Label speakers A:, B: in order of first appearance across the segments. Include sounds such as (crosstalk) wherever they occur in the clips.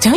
A: Don't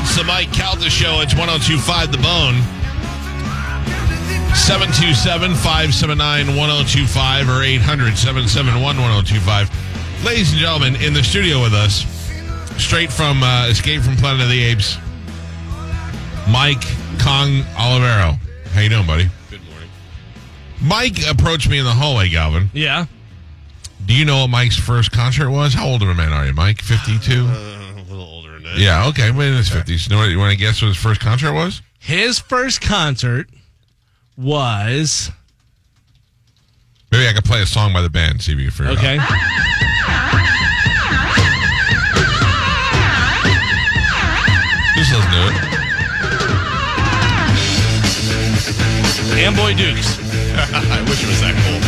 B: It's the Mike Calda Show. It's 1025 The Bone. 727 579 1025 or 800 771 1025. Ladies and gentlemen, in the studio with us, straight from uh, Escape from Planet of the Apes, Mike Kong Olivero. How you doing, buddy? Good morning. Mike approached me in the hallway, Galvin.
C: Yeah.
B: Do you know what Mike's first concert was? How old of a man are you, Mike? 52?
D: Uh, a little older than that.
B: yeah, okay. Well, in his 50s. You, know what, you want to guess what his first concert was?
C: His first concert was
B: Maybe I could play a song by the band, see if you can figure it
C: okay.
B: out. Just listen to it.
D: Amboy Dukes. I wish it was that cool.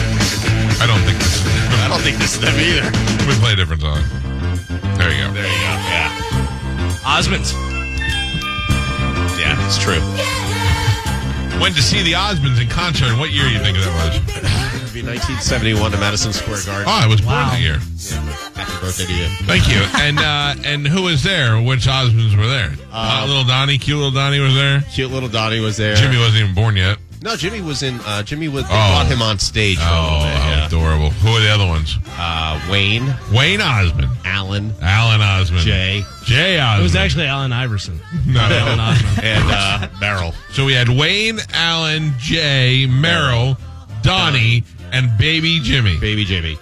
B: I don't think this
D: I don't think this is them either.
B: We play a different song. There you go.
D: There you go. Yeah.
C: Osmonds.
D: Yeah, it's true.
B: Went to see the Osmonds in concert. What year do you think that was?
D: It'd be 1971 to Madison Square Garden.
B: Oh, I was born
C: Wow.
B: that year.
D: Oh. Happy birthday to you.
B: Thank you. And uh, and who was there? Which Osmonds were there?
C: Uh,
B: Hot little Donnie, cute little Donnie was there.
D: Cute little Dottie was there.
B: Jimmy wasn't even born yet.
D: No, Jimmy was in. Uh, Jimmy was. They
B: Oh.
D: brought him on stage for a
B: Oh,
D: little bit.
B: how
D: Yeah.
B: adorable. Who are the other ones?
D: Uh, Wayne,
B: Wayne Osmond,
D: Alan,
B: Alan Osmond,
D: Jay,
B: Jay Osmond.
C: It was actually Alan Iverson.
B: No.
C: Alan Osmond.
D: and (laughs) uh, Merrill.
B: So we had Wayne, Allen, Jay, Merrill, Donnie, and Baby Jimmy.
D: Baby Jimmy.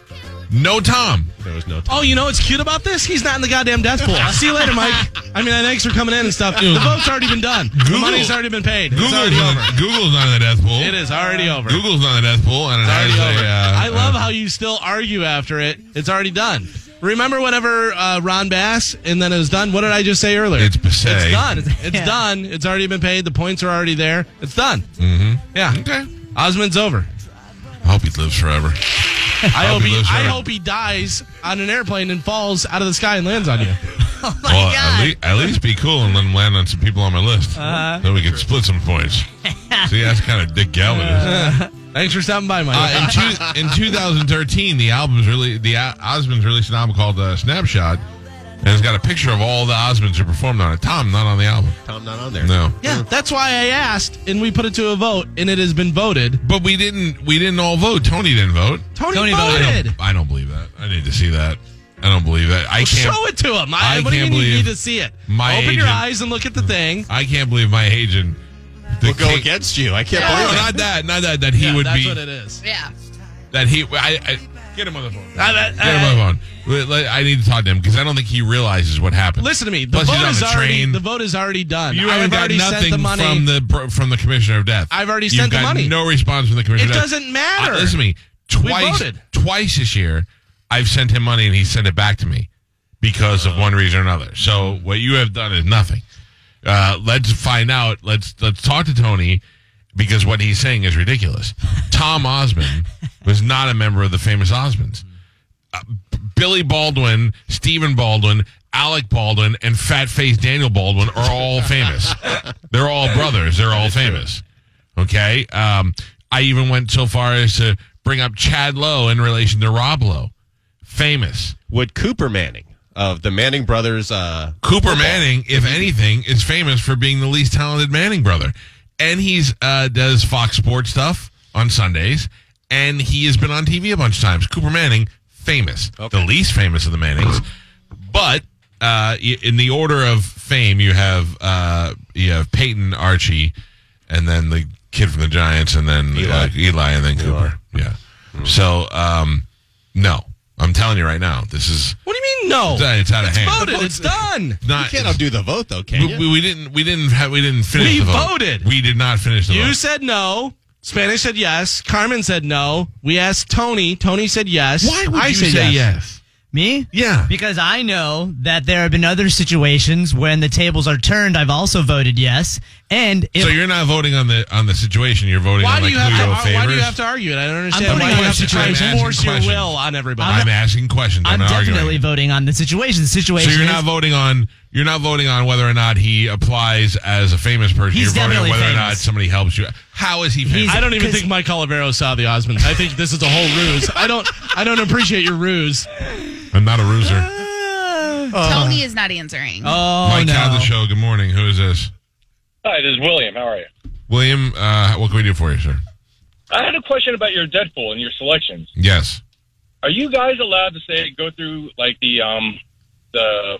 B: No Tom.
D: There was no.
C: Oh, you know what's cute about this? He's not in the goddamn death
B: (laughs)
C: pool. See you later, Mike. I mean, thanks for coming in and stuff. The vote's already been done. The
B: Google-
C: money's already been paid. it's
B: Google's
C: already
B: not,
C: over.
B: Google's not in the death pool.
C: It is already over.
B: Google's not in the death pool, and it
C: It's already
B: has
C: over.
B: a, uh,
C: I love
B: uh,
C: how you still argue after it. It's already done. Remember whenever uh, Ron Bass and then it was done? What did I just say earlier?
B: It's passé.
C: It's done. It's, it's done. It's already been paid. The points are already there. It's done. Mm-hmm. Yeah.
B: Okay.
C: Osmond's over.
B: I hope he lives forever.
C: Oh I hope he.
B: lives
C: I
B: forever.
C: hope he dies on an airplane and falls out of the sky and lands on you.
B: well, At, lea- at least be cool and let him land on some people on my list.
C: Uh-huh.
B: then we can split some
C: (laughs)
B: points. See, that's kind of Dick Galvin. isn't it?
C: Thanks for stopping by, Mike.
B: Uh, in, two, in 2013, the album's really the uh, Osmonds released an album called uh, Snapshot, and it's got a picture of all the Osmonds who performed on it. Tom not on the album.
D: Tom not on there.
B: No.
C: yeah, that's why I asked, and we put it to a vote, and it has been voted.
B: But we didn't. We didn't all vote. Tony didn't vote.
C: Tony,
B: I
C: voted.
B: don't, I don't believe that. I need to see that. I don't believe that. I can't.
C: Show it to him. I,
B: I
C: what do you
B: can't
C: mean you
B: believe
C: need to see it?
B: my
C: Open your
B: agent-
C: eyes and look at the thing.
B: I can't believe my agent.
D: We'll go against you. I can't
B: No,
D: believe it.
B: not that. Not that. That he
C: Yeah,
B: would
C: that's
B: be.
C: what it is.
E: Yeah.
B: that he. I, I get him on the phone.
C: I- I-
B: get him on the phone. Let- I need to talk to him because I don't think he realizes what happened.
C: Listen to me. The
B: Plus, he's
C: vote
B: on
C: is
B: the
C: already
B: train.
C: the vote is already done.
B: You
C: I
B: haven't
C: have
B: got
C: already
B: nothing
C: sent the money.
B: from the from the commissioner of death.
C: I've already
B: You've
C: sent the
B: got
C: money.
B: No response from the
C: it
B: commissioner. of death.
C: doesn't matter.
B: Uh, listen to me. Twice,
C: voted.
B: twice this year, I've sent him money and he sent it back to me because of one reason or another. So what you have done is nothing. Uh, let's find out. Let's let's talk to Tony because what he's saying is ridiculous. Tom Osmond was not a member of the famous Osmonds. Uh, Billy Baldwin, Stephen Baldwin, Alec Baldwin, and Fat Face Daniel Baldwin are all famous. They're all brothers. They're all famous. Okay. Um, I even went so far as to bring up Chad Lowe in relation to Rob Lowe. Famous.
D: Would Cooper Manning of the Manning brothers? Uh,
B: Cooper Manning, if anything, is famous for being the least talented Manning brother. And he's uh, does Fox Sports stuff on Sundays, and he has been on TV a bunch of times. Cooper Manning, famous, the least famous of the Mannings, but uh, y- in the order of fame, you have uh, you have Peyton, Archie, and then the kid from the
D: Mm-hmm.
B: Giants, and then Eli, uh, Eli and then Cooper. Yeah. So um, no, I'm telling you right now, this is
C: What do you mean no?
B: it's out it's out of hand.
C: voted. It's done.
B: (laughs)
D: You
B: Not
D: can't undo the vote, though, can
B: we,
D: you?
B: we- we didn't we didn't have, we didn't finish.
C: We
B: the vote.
C: voted.
B: We did not finish the
C: You
B: vote.
C: said no. Spanish said yes. Carmen said no. We asked Tony. Tony said yes. I said
E: Me?
B: Yeah.
E: Because I know that there have been other situations when the tables are turned. I've also voted yes. And if
B: So you're not voting on the on the situation. You're voting
C: Why
B: on
C: do
B: like
C: you
B: who
C: have
B: you
C: to?
B: owe favors.
C: Why do you have to argue it? I don't understand.
E: I'm
C: Why do
E: putting
C: you
E: it
C: have to
E: in
C: try and
B: question.
C: force your
B: Question.
C: will on everybody?
B: I'm asking questions. I'm,
E: I'm,
B: not
E: definitely
B: arguing.
E: voting on the situation. The situation
B: So you're
E: is
B: not voting on you're not voting on whether or not he applies as a famous person.
E: He's
B: you're voting on
E: definitely
B: whether or not
E: famous.
B: somebody helps you. How is he famous?
C: I don't even
E: 'cause-
C: think Mike Olivero saw the Osmonds. I think this is a whole ruse. I don't. I don't appreciate your ruse.
B: I'm not a rooser.
F: Tony is not answering.
E: Oh,
B: Mike
E: no.
B: Cal, the show. Good morning. Who is this?
G: Hi, this is William. How are you?
B: William. Uh, what can we do for you, sir?
G: I had a question about your Deadpool and your selections.
B: Yes.
G: Are you guys allowed to say go through like the um the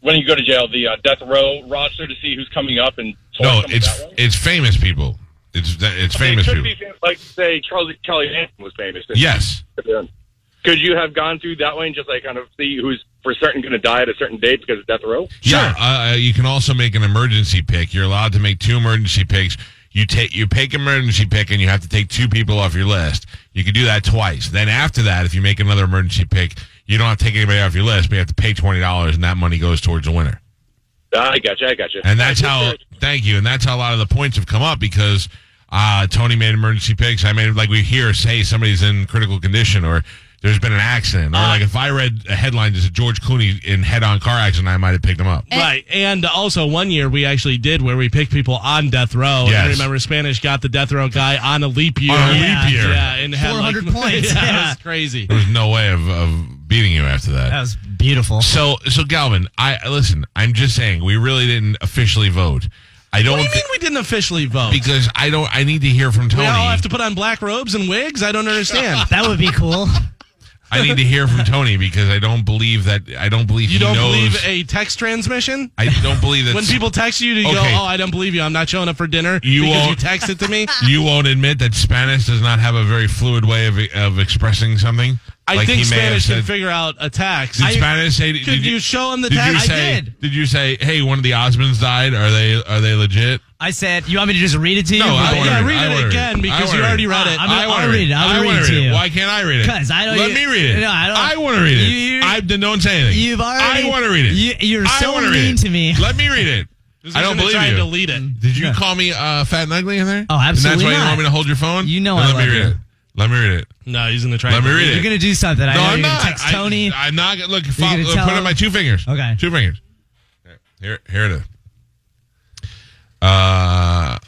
G: when you go to jail the uh, death row roster to see who's coming up and select
B: No,
G: someone
B: it's
G: that way?
B: it's famous people. It's it's
G: Okay,
B: famous
G: it
B: people.
G: could Be, like say Charlie Charlie Manson was famous.
B: Yes.
G: Could you have gone through that way and just like kind of see who's for certain going to die at a certain date because of death row?
B: Yeah, uh, you can also make an emergency pick. You're allowed to make two emergency picks. You take you pick emergency pick, and you have to take two people off your list. You can do that twice. Then after that, if you make another emergency pick, you don't have to take anybody off your list, but you have to pay twenty dollars, and that money goes towards the winner.
G: I gotcha. I gotcha.
B: And that's
G: Alright,
B: how. Thank you. And that's how a lot of the points have come up because uh, Tony made emergency picks. I made like we hear say somebody's in critical condition or there's been an accident or
C: Uh,
B: like if I read a headline as a George Clooney in head-on car accident, I might have picked him up.
C: Right. And also, one year we actually did where we picked people on death row.
B: Yes.
C: I remember Spanish got the death row guy on a leap year.
B: On a
E: Yeah.
B: leap year.
C: Yeah, and had (laughs)
E: 400
C: like,
E: points.
C: Yeah,
E: Yeah.
C: It was crazy.
B: There was no way of, of beating you after that.
E: That was beautiful.
B: So so Galvin, I listen. I'm just saying we really didn't officially vote. I don't
C: What do you mean
B: think
C: we didn't officially vote?
B: because I don't. I need to hear from Tony.
C: we all have to put on black robes and wigs? I don't understand.
E: That would be cool. (laughs)
B: I need to hear
C: (laughs)
B: from Tony because I don't believe that. I don't believe
C: You
B: he
C: don't
B: knows.
C: believe a text transmission?
B: I don't believe that
C: (laughs) When people text you, do you go,
B: Okay.
C: oh, I don't believe you. I'm not showing up for dinner
B: You
C: because you
B: won't-
C: texted
B: (laughs)
C: to me?
B: you won't admit that Spanish does not have a very fluid way of of expressing something.
C: I
B: Like
C: think
B: he may have
C: Spanish can
B: said-
C: figure out a text.
B: Did
C: I-
B: Spanish say? Did
C: could you, show him the
B: did you
C: text?
B: say?
E: I did.
B: you say? Hey, one of the Osmonds died. Are they? Are they legit?
E: I said, you want me to just read it to you?
B: No, I
C: Yeah,
B: wanna
C: yeah,
B: read it.
C: read
B: I
C: it
B: wanna
C: again
B: read it.
C: because
B: I
C: you
B: wanna
C: already
B: read
C: read
E: it.
C: it.
E: I'm gonna-
B: I want
E: I'll
B: to read
E: read
B: it.
E: it. I'll
B: I
E: read
B: wanna
E: it to you.
B: Why can't I read it?
E: 'Cause I don't-
B: Let
E: you-
B: me read it.
E: No, I don't-
B: want to read it.
E: You-
B: I've done. Don't say anything.
E: You've already-
B: I want to read it.
E: You- you're
B: I
E: so
B: wanna read
E: mean
B: it.
E: to me.
B: Let me read it.
C: This
B: I don't
C: isn't a
B: believe
C: try
B: you.
C: and delete it.
B: Did you call me uh, fat and ugly in there?
E: Oh, absolutely
B: And that's why you
E: not.
B: want me to hold your phone.
E: You know
B: Then Let
E: I
B: me
E: love
B: read
E: you.
B: it. Let me read it.
C: No, he's in the try.
B: Let me read it.
E: You're going to do something. I
B: No,
E: know
B: I'm
E: you're
B: not.
E: to text Tony.
B: I, am not. Look, follow,
E: gonna
B: look,
E: tell
B: put on
E: him?
B: my two fingers.
E: Okay.
B: two fingers. Here, here it is. Uh,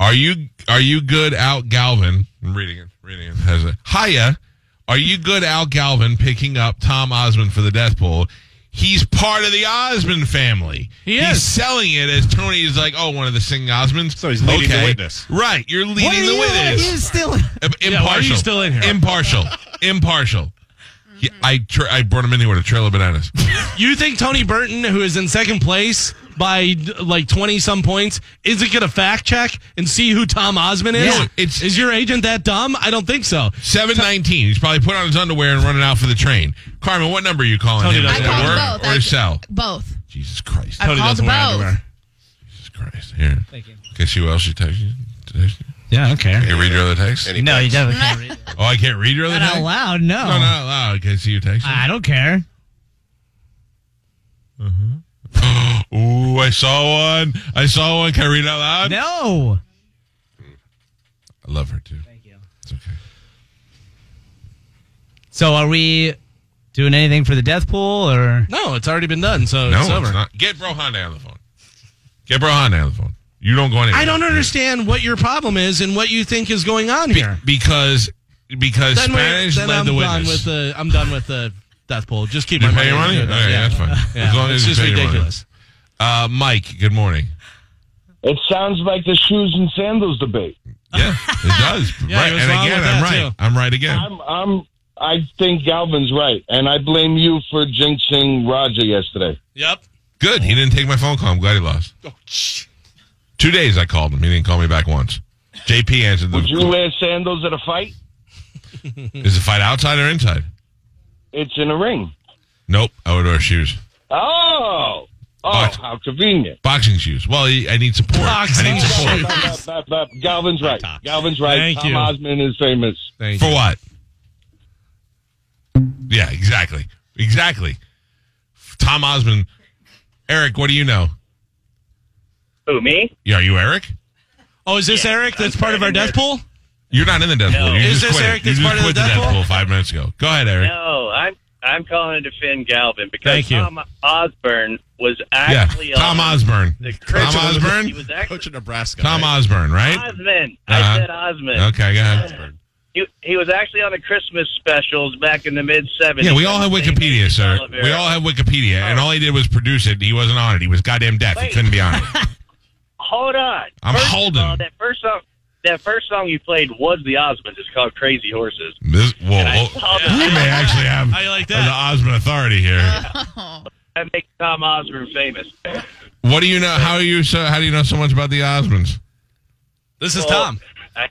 B: are you are you good out Galvin? I'm reading it. Reading it. Has it. Hiya. Are you good out Galvin picking up Tom Osmond for the death pool? He's part of the Osmond family.
C: He
B: He's
C: is.
B: selling it as Tony is like, oh, one of the singing Osmonds.
D: So he's leading the witness.
B: Right. You're leading
E: What are
B: the
E: you-
B: witness.
E: are you still?
B: Im- Impartial.
C: Yeah, why are you still in here?
B: Impartial. impartial. He-
F: Mm-hmm.
B: I tra- I brought him in here with a trail of bananas.
C: You think Tony Burton, who is in second place by like twenty some points, isn't going to fact check and see who Tom Osmond is?
B: No, it's-
C: is your agent that dumb? I don't think so.
B: Seven nineteen. He's probably put on his underwear and running out for the train. Carmen, what number are you calling
C: Tony
B: him?
C: doesn't
F: I
B: Is it
C: have
F: called
C: work
F: both.
B: or
F: I,
B: sell?
F: Both.
B: Jesus Christ.
F: I called
C: doesn't
F: both.
C: wear underwear.
B: Jesus Christ. Here.
E: Thank you.
B: Okay, see what else you text you? Text you?
E: Yeah, I don't care.
B: Can you read your other text?
D: Any
E: No, you
D: text?
E: definitely can't read it.
B: Oh, I can't read your other
E: Not
B: text?
E: out loud, no.
B: No, not allowed. Can I see your text?
E: I don't care.
B: Ooh, I saw one. I saw one. Can I read it out loud?
E: No.
B: I love her too.
E: Thank you.
B: It's okay.
E: So are we doing anything for the death pool or
C: No, it's already been done, so
B: No,
C: it's over.
B: it's not. Get Brohanda on the phone. Get Brohanda on the phone. You don't go anywhere.
C: I don't understand what your problem is and what you think is going on here.
B: because because
C: Then we're-
B: Spanish
C: then
B: led
C: I'm
B: the
C: done
B: witness.
C: with the. I'm done with the death poll. Just keep
B: you
C: my
B: pay your money?
C: Yeah,
B: Okay, that's fine.
C: Yeah,
B: As long
C: it's
B: as you
C: just
B: pay your money.
C: ridiculous.
B: Uh, Mike, good morning.
H: It sounds like the shoes and sandals debate.
B: Yeah,
C: (laughs)
B: it does.
C: Yeah,
B: right,
C: he was
B: and
C: wrong
B: again,
C: with
B: I'm
C: that,
B: right.
C: too.
B: I'm right again.
H: I'm, I'm, I think Galvin's right, and I blame you for jinxing Roger yesterday.
C: Yep.
B: Good. He didn't take my phone call. I'm glad he lost. Two days I called him. He didn't call me back once. JP answered the.
H: Would you wear sandals at a fight?
B: Is the fight outside or inside?
H: it's in a ring.
B: Nope, I would wear shoes.
H: Oh, oh,
B: Box-
H: how convenient.
B: Boxing shoes. Well, I need support. I need support.
H: Bop, bop, bop. Galvin's right. Galvin's right.
C: Thank
H: Tom
C: you.
H: Osman is famous.
C: Thank
B: For what? Yeah, exactly. Exactly. Tom Osmond. Eric, what do you know?
G: Who me?
B: Yeah, Are you Eric?
C: Oh, is this Eric? That's part of our death pool.
B: You're not in the death
G: No.
B: pool. You
C: Is
B: just
C: this
B: quit. it. You
C: Eric that's
B: just
C: part of the
B: quit
C: death pool?
B: five minutes ago. Go ahead, Eric.
G: No, I'm I'm calling to defend Galvin because
C: Thank you.
G: Tom Osborne was
B: yeah,
G: actually
I: uh,
B: Tom
G: on
B: Osborne.
G: the
B: Tom
G: He
B: Osborne.
G: was actually
D: Coach of Nebraska.
B: Tom
D: right?
B: Osborne, right?
G: Osmond.
B: Uh-huh.
G: I said Osmond.
B: Okay, go ahead.
D: Osborne.
G: He, he was actually on the Christmas specials back in the mid '70s.
B: Yeah, we all have
G: Same
B: Wikipedia,
G: as
B: sir.
G: Oliver.
B: We all have Wikipedia, and all he did was produce it. He wasn't on it. He was goddamn deaf. He
G: Wait.
B: couldn't be on it.
G: Hold on.
B: I'm
G: first of
B: holding.
G: all, that first song. That first song you played was the Osmonds. It's called Crazy Horses.
B: This, whoa,
G: And I
B: whoa.
G: saw that.
B: we may actually have
C: How you like
B: the
C: that?
B: Osmond authority here.
F: Oh.
G: That makes Tom Osborne famous.
B: What do you know? How are you? So, how do you know so much about the Osmonds?
C: This is
G: Well,
C: Tom.
G: I,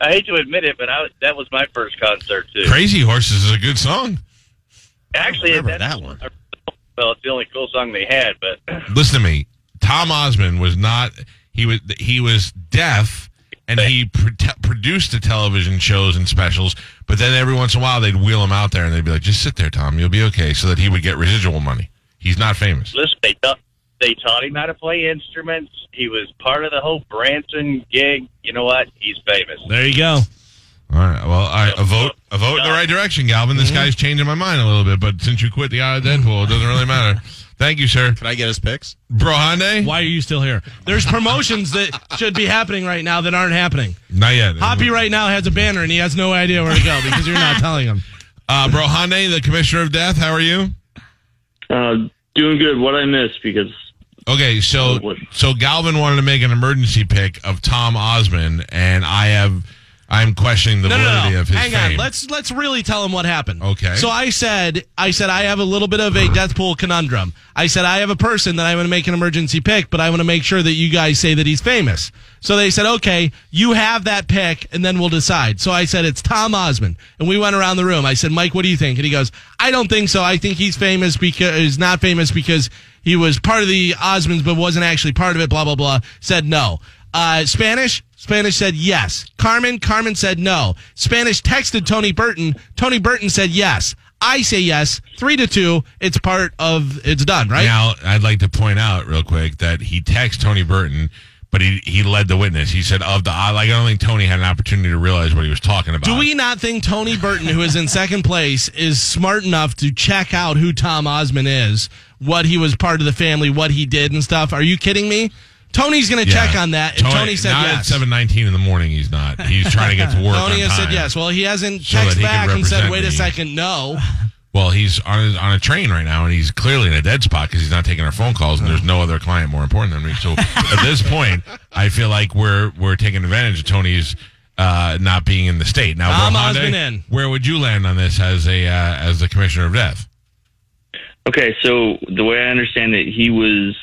G: I hate to admit it, but I, was- that was my first concert too.
B: Crazy Horses is a good song.
G: Actually,
D: remember
G: that's-
D: that one.
G: Well, it's the only cool song they had, but (clears throat)
B: Listen to me. Tom Osmond was not. He was. He was deaf, and he pro- produced the television shows and specials. But then every once in a while, they'd wheel him out there, and they'd be like, "Just sit there, Tom. You'll be okay." So that he would get residual money. He's not famous.
G: listen, they taught they taught him how to play instruments. He was part of the whole Branson gig. You know what? He's famous.
C: There you go.
B: All right. Well, I, a vote. A vote in the right direction, Galvin. This guy's changing my mind a little bit. But since you quit the Eye of Deadpool, it doesn't really matter. Thank you, sir.
D: Can I get his picks?
B: Bro Hyundai?
C: Why are you still here? There's promotions that should be happening right now that aren't happening.
B: Not yet.
C: Hoppy right now has a banner and he has no idea where to go because you're not telling him.
B: Uh, bro Hyundai, the commissioner of death. How are you?
J: Uh, doing good. What I missed because
B: Okay, so
J: Oh, what-
B: so Galvin wanted to make an emergency pick of Tom Osmond, and I have I'm questioning the
C: No, no,
B: validity
C: no.
B: of his
C: Hang
B: fame.
C: on. Let's let's really tell him what happened.
B: Okay.
C: So I said I said I have a little bit of a Deathpool conundrum. I said I have a person that I want to make an emergency pick, but I want to make sure that you guys say that he's famous. So they said, okay, you have that pick, and then we'll decide. So I said it's Tom Osmond, and we went around the room. I said, Mike, what do you think? And he goes, I don't think so. I think he's famous because he's not famous because he was part of the Osmonds, but wasn't actually part of it. Blah blah blah. Said no. Uh, Spanish, Spanish said yes. Carmen, Carmen said no. Spanish texted Tony Burton. Tony Burton said yes. I say yes. Three to two. It's part of. It's done, right?
B: Now I'd like to point out real quick that he texted Tony Burton, but he he led the witness. He said of the I like I don't think Tony had an opportunity to realize what he was talking about.
C: Do we not think Tony Burton, who is in second place, is smart enough to check out who Tom Osmond is, what he was part of the family, what he did, and stuff? Are you kidding me? Tony's going to
B: Yeah.
C: check on that. And Tony, said
B: not
C: yes.
B: at seven nineteen in the morning. He's not. He's trying to get
C: (laughs)
B: to work.
C: Tony
B: on
C: has said
B: time.
C: yes. Well, he hasn't
B: So that
C: texted
B: he can
C: back and said,
B: represent
C: "Wait
B: me.
C: a second, no."
B: Well, he's on his, on a train right now, and he's clearly in a dead spot because he's not taking our phone calls, and there's no other client more important than me. So at this point, I feel like we're we're taking advantage of Tony's uh, not being in the state. Now,
C: Tom
B: Rohande,
C: Osmond in.
B: where would you land on this as a uh, as the commissioner of death?
J: okay, so the way I understand it, he was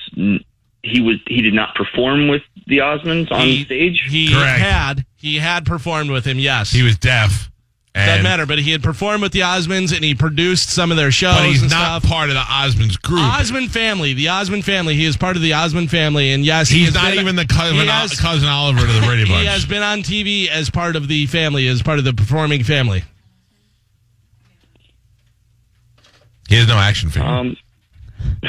J: he was he did not perform with the Osmonds on
C: He-
J: stage.
C: He
B: Correct.
C: had he had performed with him. Yes,
B: He was deaf. And,
C: doesn't matter. But he had performed with the Osmonds and he produced some of their shows.
B: But he's
C: and
B: not
C: stuff.
B: part of the Osmonds group.
C: Osmond family, the Osmond family. He is part of the Osmond family, and yes, he
B: he's
C: has
B: not
C: been-
B: even the cousin,
C: he has-
B: cousin Oliver to the Brady Bunch.
C: (laughs) He has been on TV as part of the family, as part of the performing family.
B: He has no action figure.
J: Um,
B: (laughs)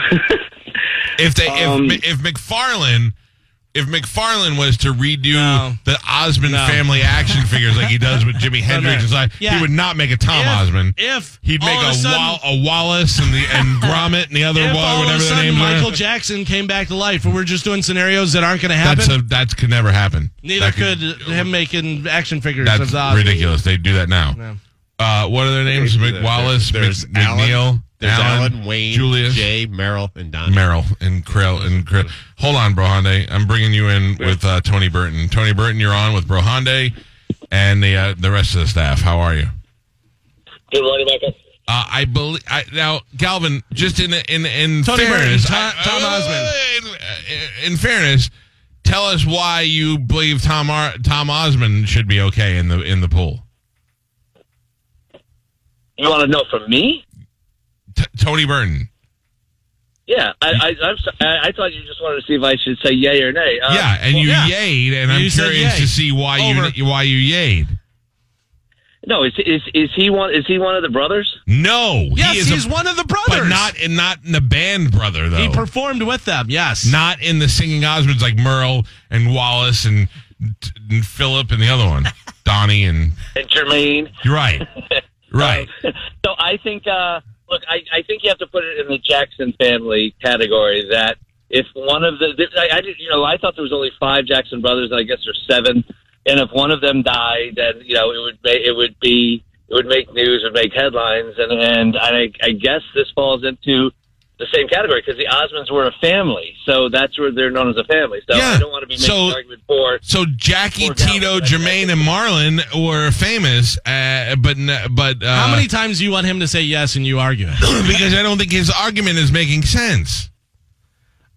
B: If they
J: Um,
B: if if McFarlane if McFarlane was to redo
C: No.
B: the Osmond
C: No.
B: family action figures like he does with
C: (laughs)
B: Jimi Hendrix, and stuff,
C: Yeah.
B: he would not make a Tom
C: If-
B: Osmond.
C: If
B: He'd make
C: all of
B: a,
C: sudden-
B: Wall, a Wallace and the
C: (laughs)
B: and Gromit and the other
C: if all
B: Wall,
C: of
B: whatever
C: a
B: the
C: sudden
B: names
C: Michael
B: are.
C: Jackson came back to life, and we're just doing scenarios that aren't going to happen.
B: That's a, that could never happen.
C: Neither
B: That
C: could him making action figures of
B: That's
C: the Osmonds.
B: ridiculous. They do that now.
C: No.
B: Uh, what are their names? McWallace,
D: There's
B: Mc, McNeil,
D: Alan. There's Alan, Wayne,
B: Julius,
D: Jay, Merrill, and Don.
B: Merrill and Krill and Krill.
I: Mm-hmm.
B: Hold on, Brohande. I'm bringing you in with uh, Tony Burton. Tony Burton, you're on with Brohande and the uh, the rest of the staff. How are you?
G: good morning, Michael.
B: Uh, I believe I, now, Galvin. Just in in in
C: Tony
B: fairness,
C: Burton,
B: I-
C: Tom- Tom
B: I- In, in fairness, tell us why you believe Tom Ar- Tom Osmond should be okay in the in the pool.
G: You want to know from me?
B: Tony Burton.
I: Yeah, I, I, I'm, so- I I thought you just wanted to see if I should say yay or nay. Um,
B: yeah, and
I: well,
B: you yayed, and I'm
I: You said
B: curious
I: yay.
B: to see why you why you yayed.
I: No, is, is is he one? Is he one of the brothers?
B: No,
I: Yes,
B: he is
I: he's
C: one of the
B: but
I: brothers.
B: not in not in the band brother though.
C: He performed with them. Yes,
B: not in the singing Osmonds like Merle and Wallace and, and Philip and the other
C: (laughs)
B: one, Donnie and
I: And Jermaine.
B: you're right, right.
I: (laughs)
C: Oh.
I: So I think, uh, look, I, I think you have to put it in the Jackson family category. That if one of the, I, I did, you know, I thought there was only five Jackson brothers, and I guess there's seven. And if one of them died, then you know it would ma- it would be it would make news, it would make headlines, and and I, I guess this falls into the same category because the Osmonds were a family, so that's where they're known as a family. So I don't want to be making
B: So-
I: an argument for
B: So Jackie, Tito, Jermaine, and Marlon were famous, uh, but n- but uh,
C: How many (laughs) times do you want him to say yes and you argue
B: (clears throat)
C: it?
B: because I don't think his argument is making sense.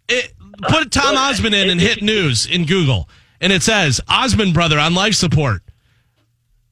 C: it put Tom Osmond in and hit news in Google, and it says Osmond brother on life support.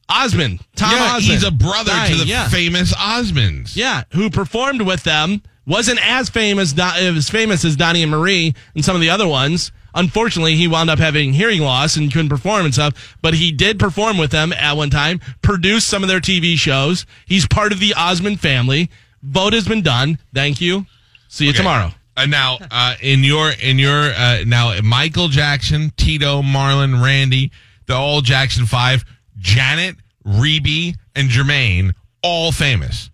C: Osmond, Tom
B: Yeah,
C: Osmond,
B: he's a brother to the famous Osmonds.
C: Yeah, who performed with them wasn't as famous Do- as famous as Donnie and Marie and some of the other ones. Unfortunately, he wound up having hearing loss and couldn't perform and stuff. But he did perform with them at one time, produced some of their TV shows. He's part of the Osmond family. Vote has been done. Thank you. See you
B: Okay.
C: tomorrow.
B: Uh, now, uh, in your in your uh, now, Michael Jackson, Tito, Marlon, Randy, the all Jackson Five, Janet, Reby, and Jermaine, all famous.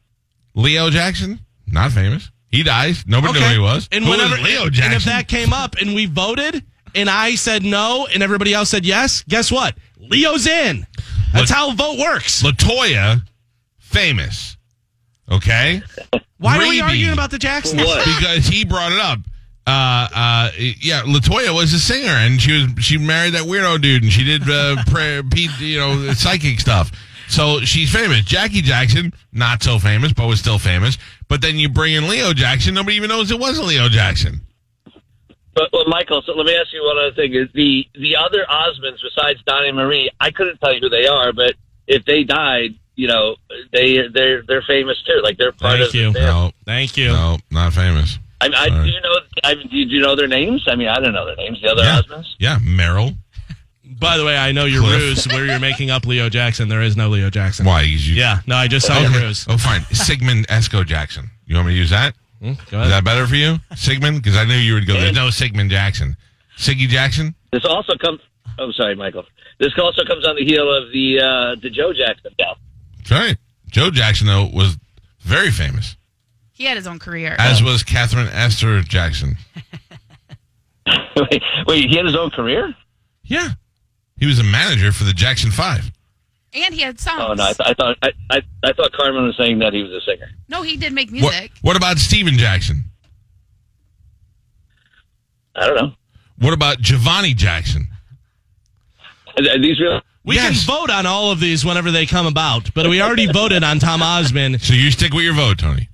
B: Leo Jackson, not famous. He dies. Nobody knew who he was.
C: And
B: Who was
C: whenever
B: Leo
C: and-
B: Jackson,
C: and if that came up and we voted and I said no and everybody else said yes, guess what? Leo's in. That's
B: Look-
C: how a vote works.
B: Latoya, famous. Okay.
C: Why are
B: Raby.
C: we arguing about the Jacksons?
B: because he brought it up. Uh, uh, yeah, Latoya was a singer, and she was she married that weirdo dude, and she did uh, prayer, Pete, you know, psychic stuff. So she's famous. Jackie Jackson, not so famous, but was still famous. But then you bring in Leo Jackson, nobody even knows it wasn't Leo Jackson.
I: But well, Michael, so let me ask you one other thing: is the the other Osmonds besides Donnie and Marie? I couldn't tell you who they are, but if they died, you know, they they're they're famous too. Like they're part
C: Thank
I: of.
C: you.
I: The family.
B: No,
C: Thank you.
B: no, not famous.
I: I, mean, I do
B: Sorry.
I: you know. I mean, do you know their names? I mean, I don't know their names. The other
B: Yeah.
I: Osmonds.
B: Yeah, Merrill.
C: By the way, I know your
B: Cliff.
C: ruse where you're making up Leo Jackson. There is no Leo Jackson.
B: Why? You,
C: Yeah, no, I just saw your
B: Okay.
C: ruse.
B: Oh, fine. Sigmund Esco Jackson. You want me to use that?
C: Hmm, go
B: Is
C: ahead.
B: that better for you, Sigmund? Because I knew you would go. There's no Sigmund Jackson. Siggy Jackson.
I: This also comes. I'm sorry, Michael. This also comes on the heel of the uh, the Joe Jackson death.
B: That's right. Joe Jackson though was very famous,
F: He had his own career.
B: as was Catherine Astor Jackson.
I: (laughs) wait, wait, he had his own career.
C: Yeah,
B: he was a manager for the Jackson Five.
F: and he had songs.
I: Oh no, I, th- I thought I, I I thought Carmen was saying that he was a singer.
F: No, he did make
B: What,
F: music.
B: what about Steven Jackson?
I: I don't know.
B: What about Giovanni Jackson?
I: Are these real?
C: We can vote on all of these whenever they come about, but we already voted on Tom Osmond.
B: So you stick with your vote, Tony.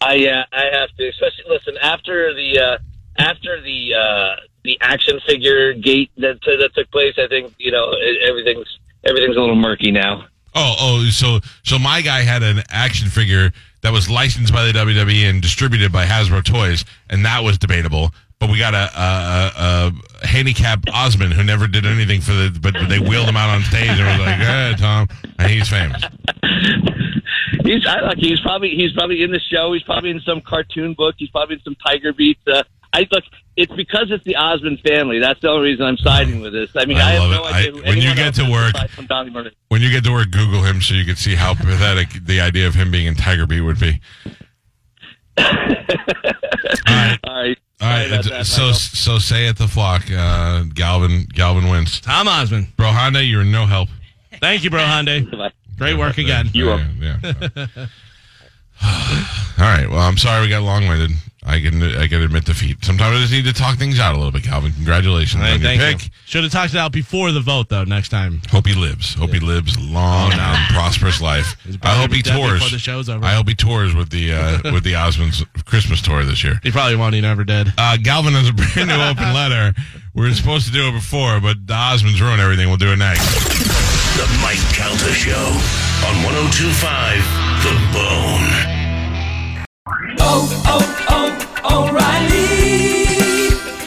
I: I uh, I have to, especially listen after the uh, after the uh, the action figure gate that that took place. I think you know e- everything's everything's a little murky now. (laughs)
B: Oh, oh, so so my guy had an action figure that was licensed by the WWE and distributed by Hasbro Toys, and that was debatable. But we got a, a, a, a handicapped Osmond who never did anything for the, but they wheeled him out on stage and was like, "Yeah, Tom," and he's famous.
I: He's I like he's probably he's probably in the show. He's probably in some cartoon book. He's probably in some Tiger Beats. Uh, I look. It's because it's the Osmond family. That's the only reason I'm siding with this. I mean,
B: I
I: I, have
B: love
I: no
B: it.
I: idea.
B: I-
I: who
B: when you
I: anyone
B: get
I: else
B: to
I: is
B: work-
I: aside from Donnie Murray.
B: When you get to work, Google him so you can see how pathetic the idea of him being in Tiger Beat would
I: (laughs)
B: be.
I: All right.
B: All right,
I: about
B: it's-
I: that,
B: so so say at the flock, uh, Galvin Galvin wins.
C: Tom Osmond.
B: Bro, Honda, you're no help.
C: Thank you, bro, Hyundai.
I: Goodbye.
C: Great work again.
I: You are-
B: Yeah. All right. Well, I'm sorry we got long winded. I can I can admit defeat. Sometimes I just need to talk things out a little bit, Calvin. Congratulations
C: Hey,
B: on your
C: thank
B: pick.
C: you. Should have talked it out before the vote, though. Next time.
B: Hope he lives. Hope he lives a long and prosperous life. I
C: probably
B: hope he
C: dead
B: tours.
C: before the show's over.
B: I hope he tours with the
C: (laughs)
B: uh, with the Osmonds Christmas tour this year.
C: He probably won't. He never did.
B: Uh, Galvin has a brand new open letter. We were supposed to do it before, but the Osmonds ruined everything. We'll do it next.
D: The Mike Calta Show on 1025 The Bone.
K: oh, oh, O'Reilly.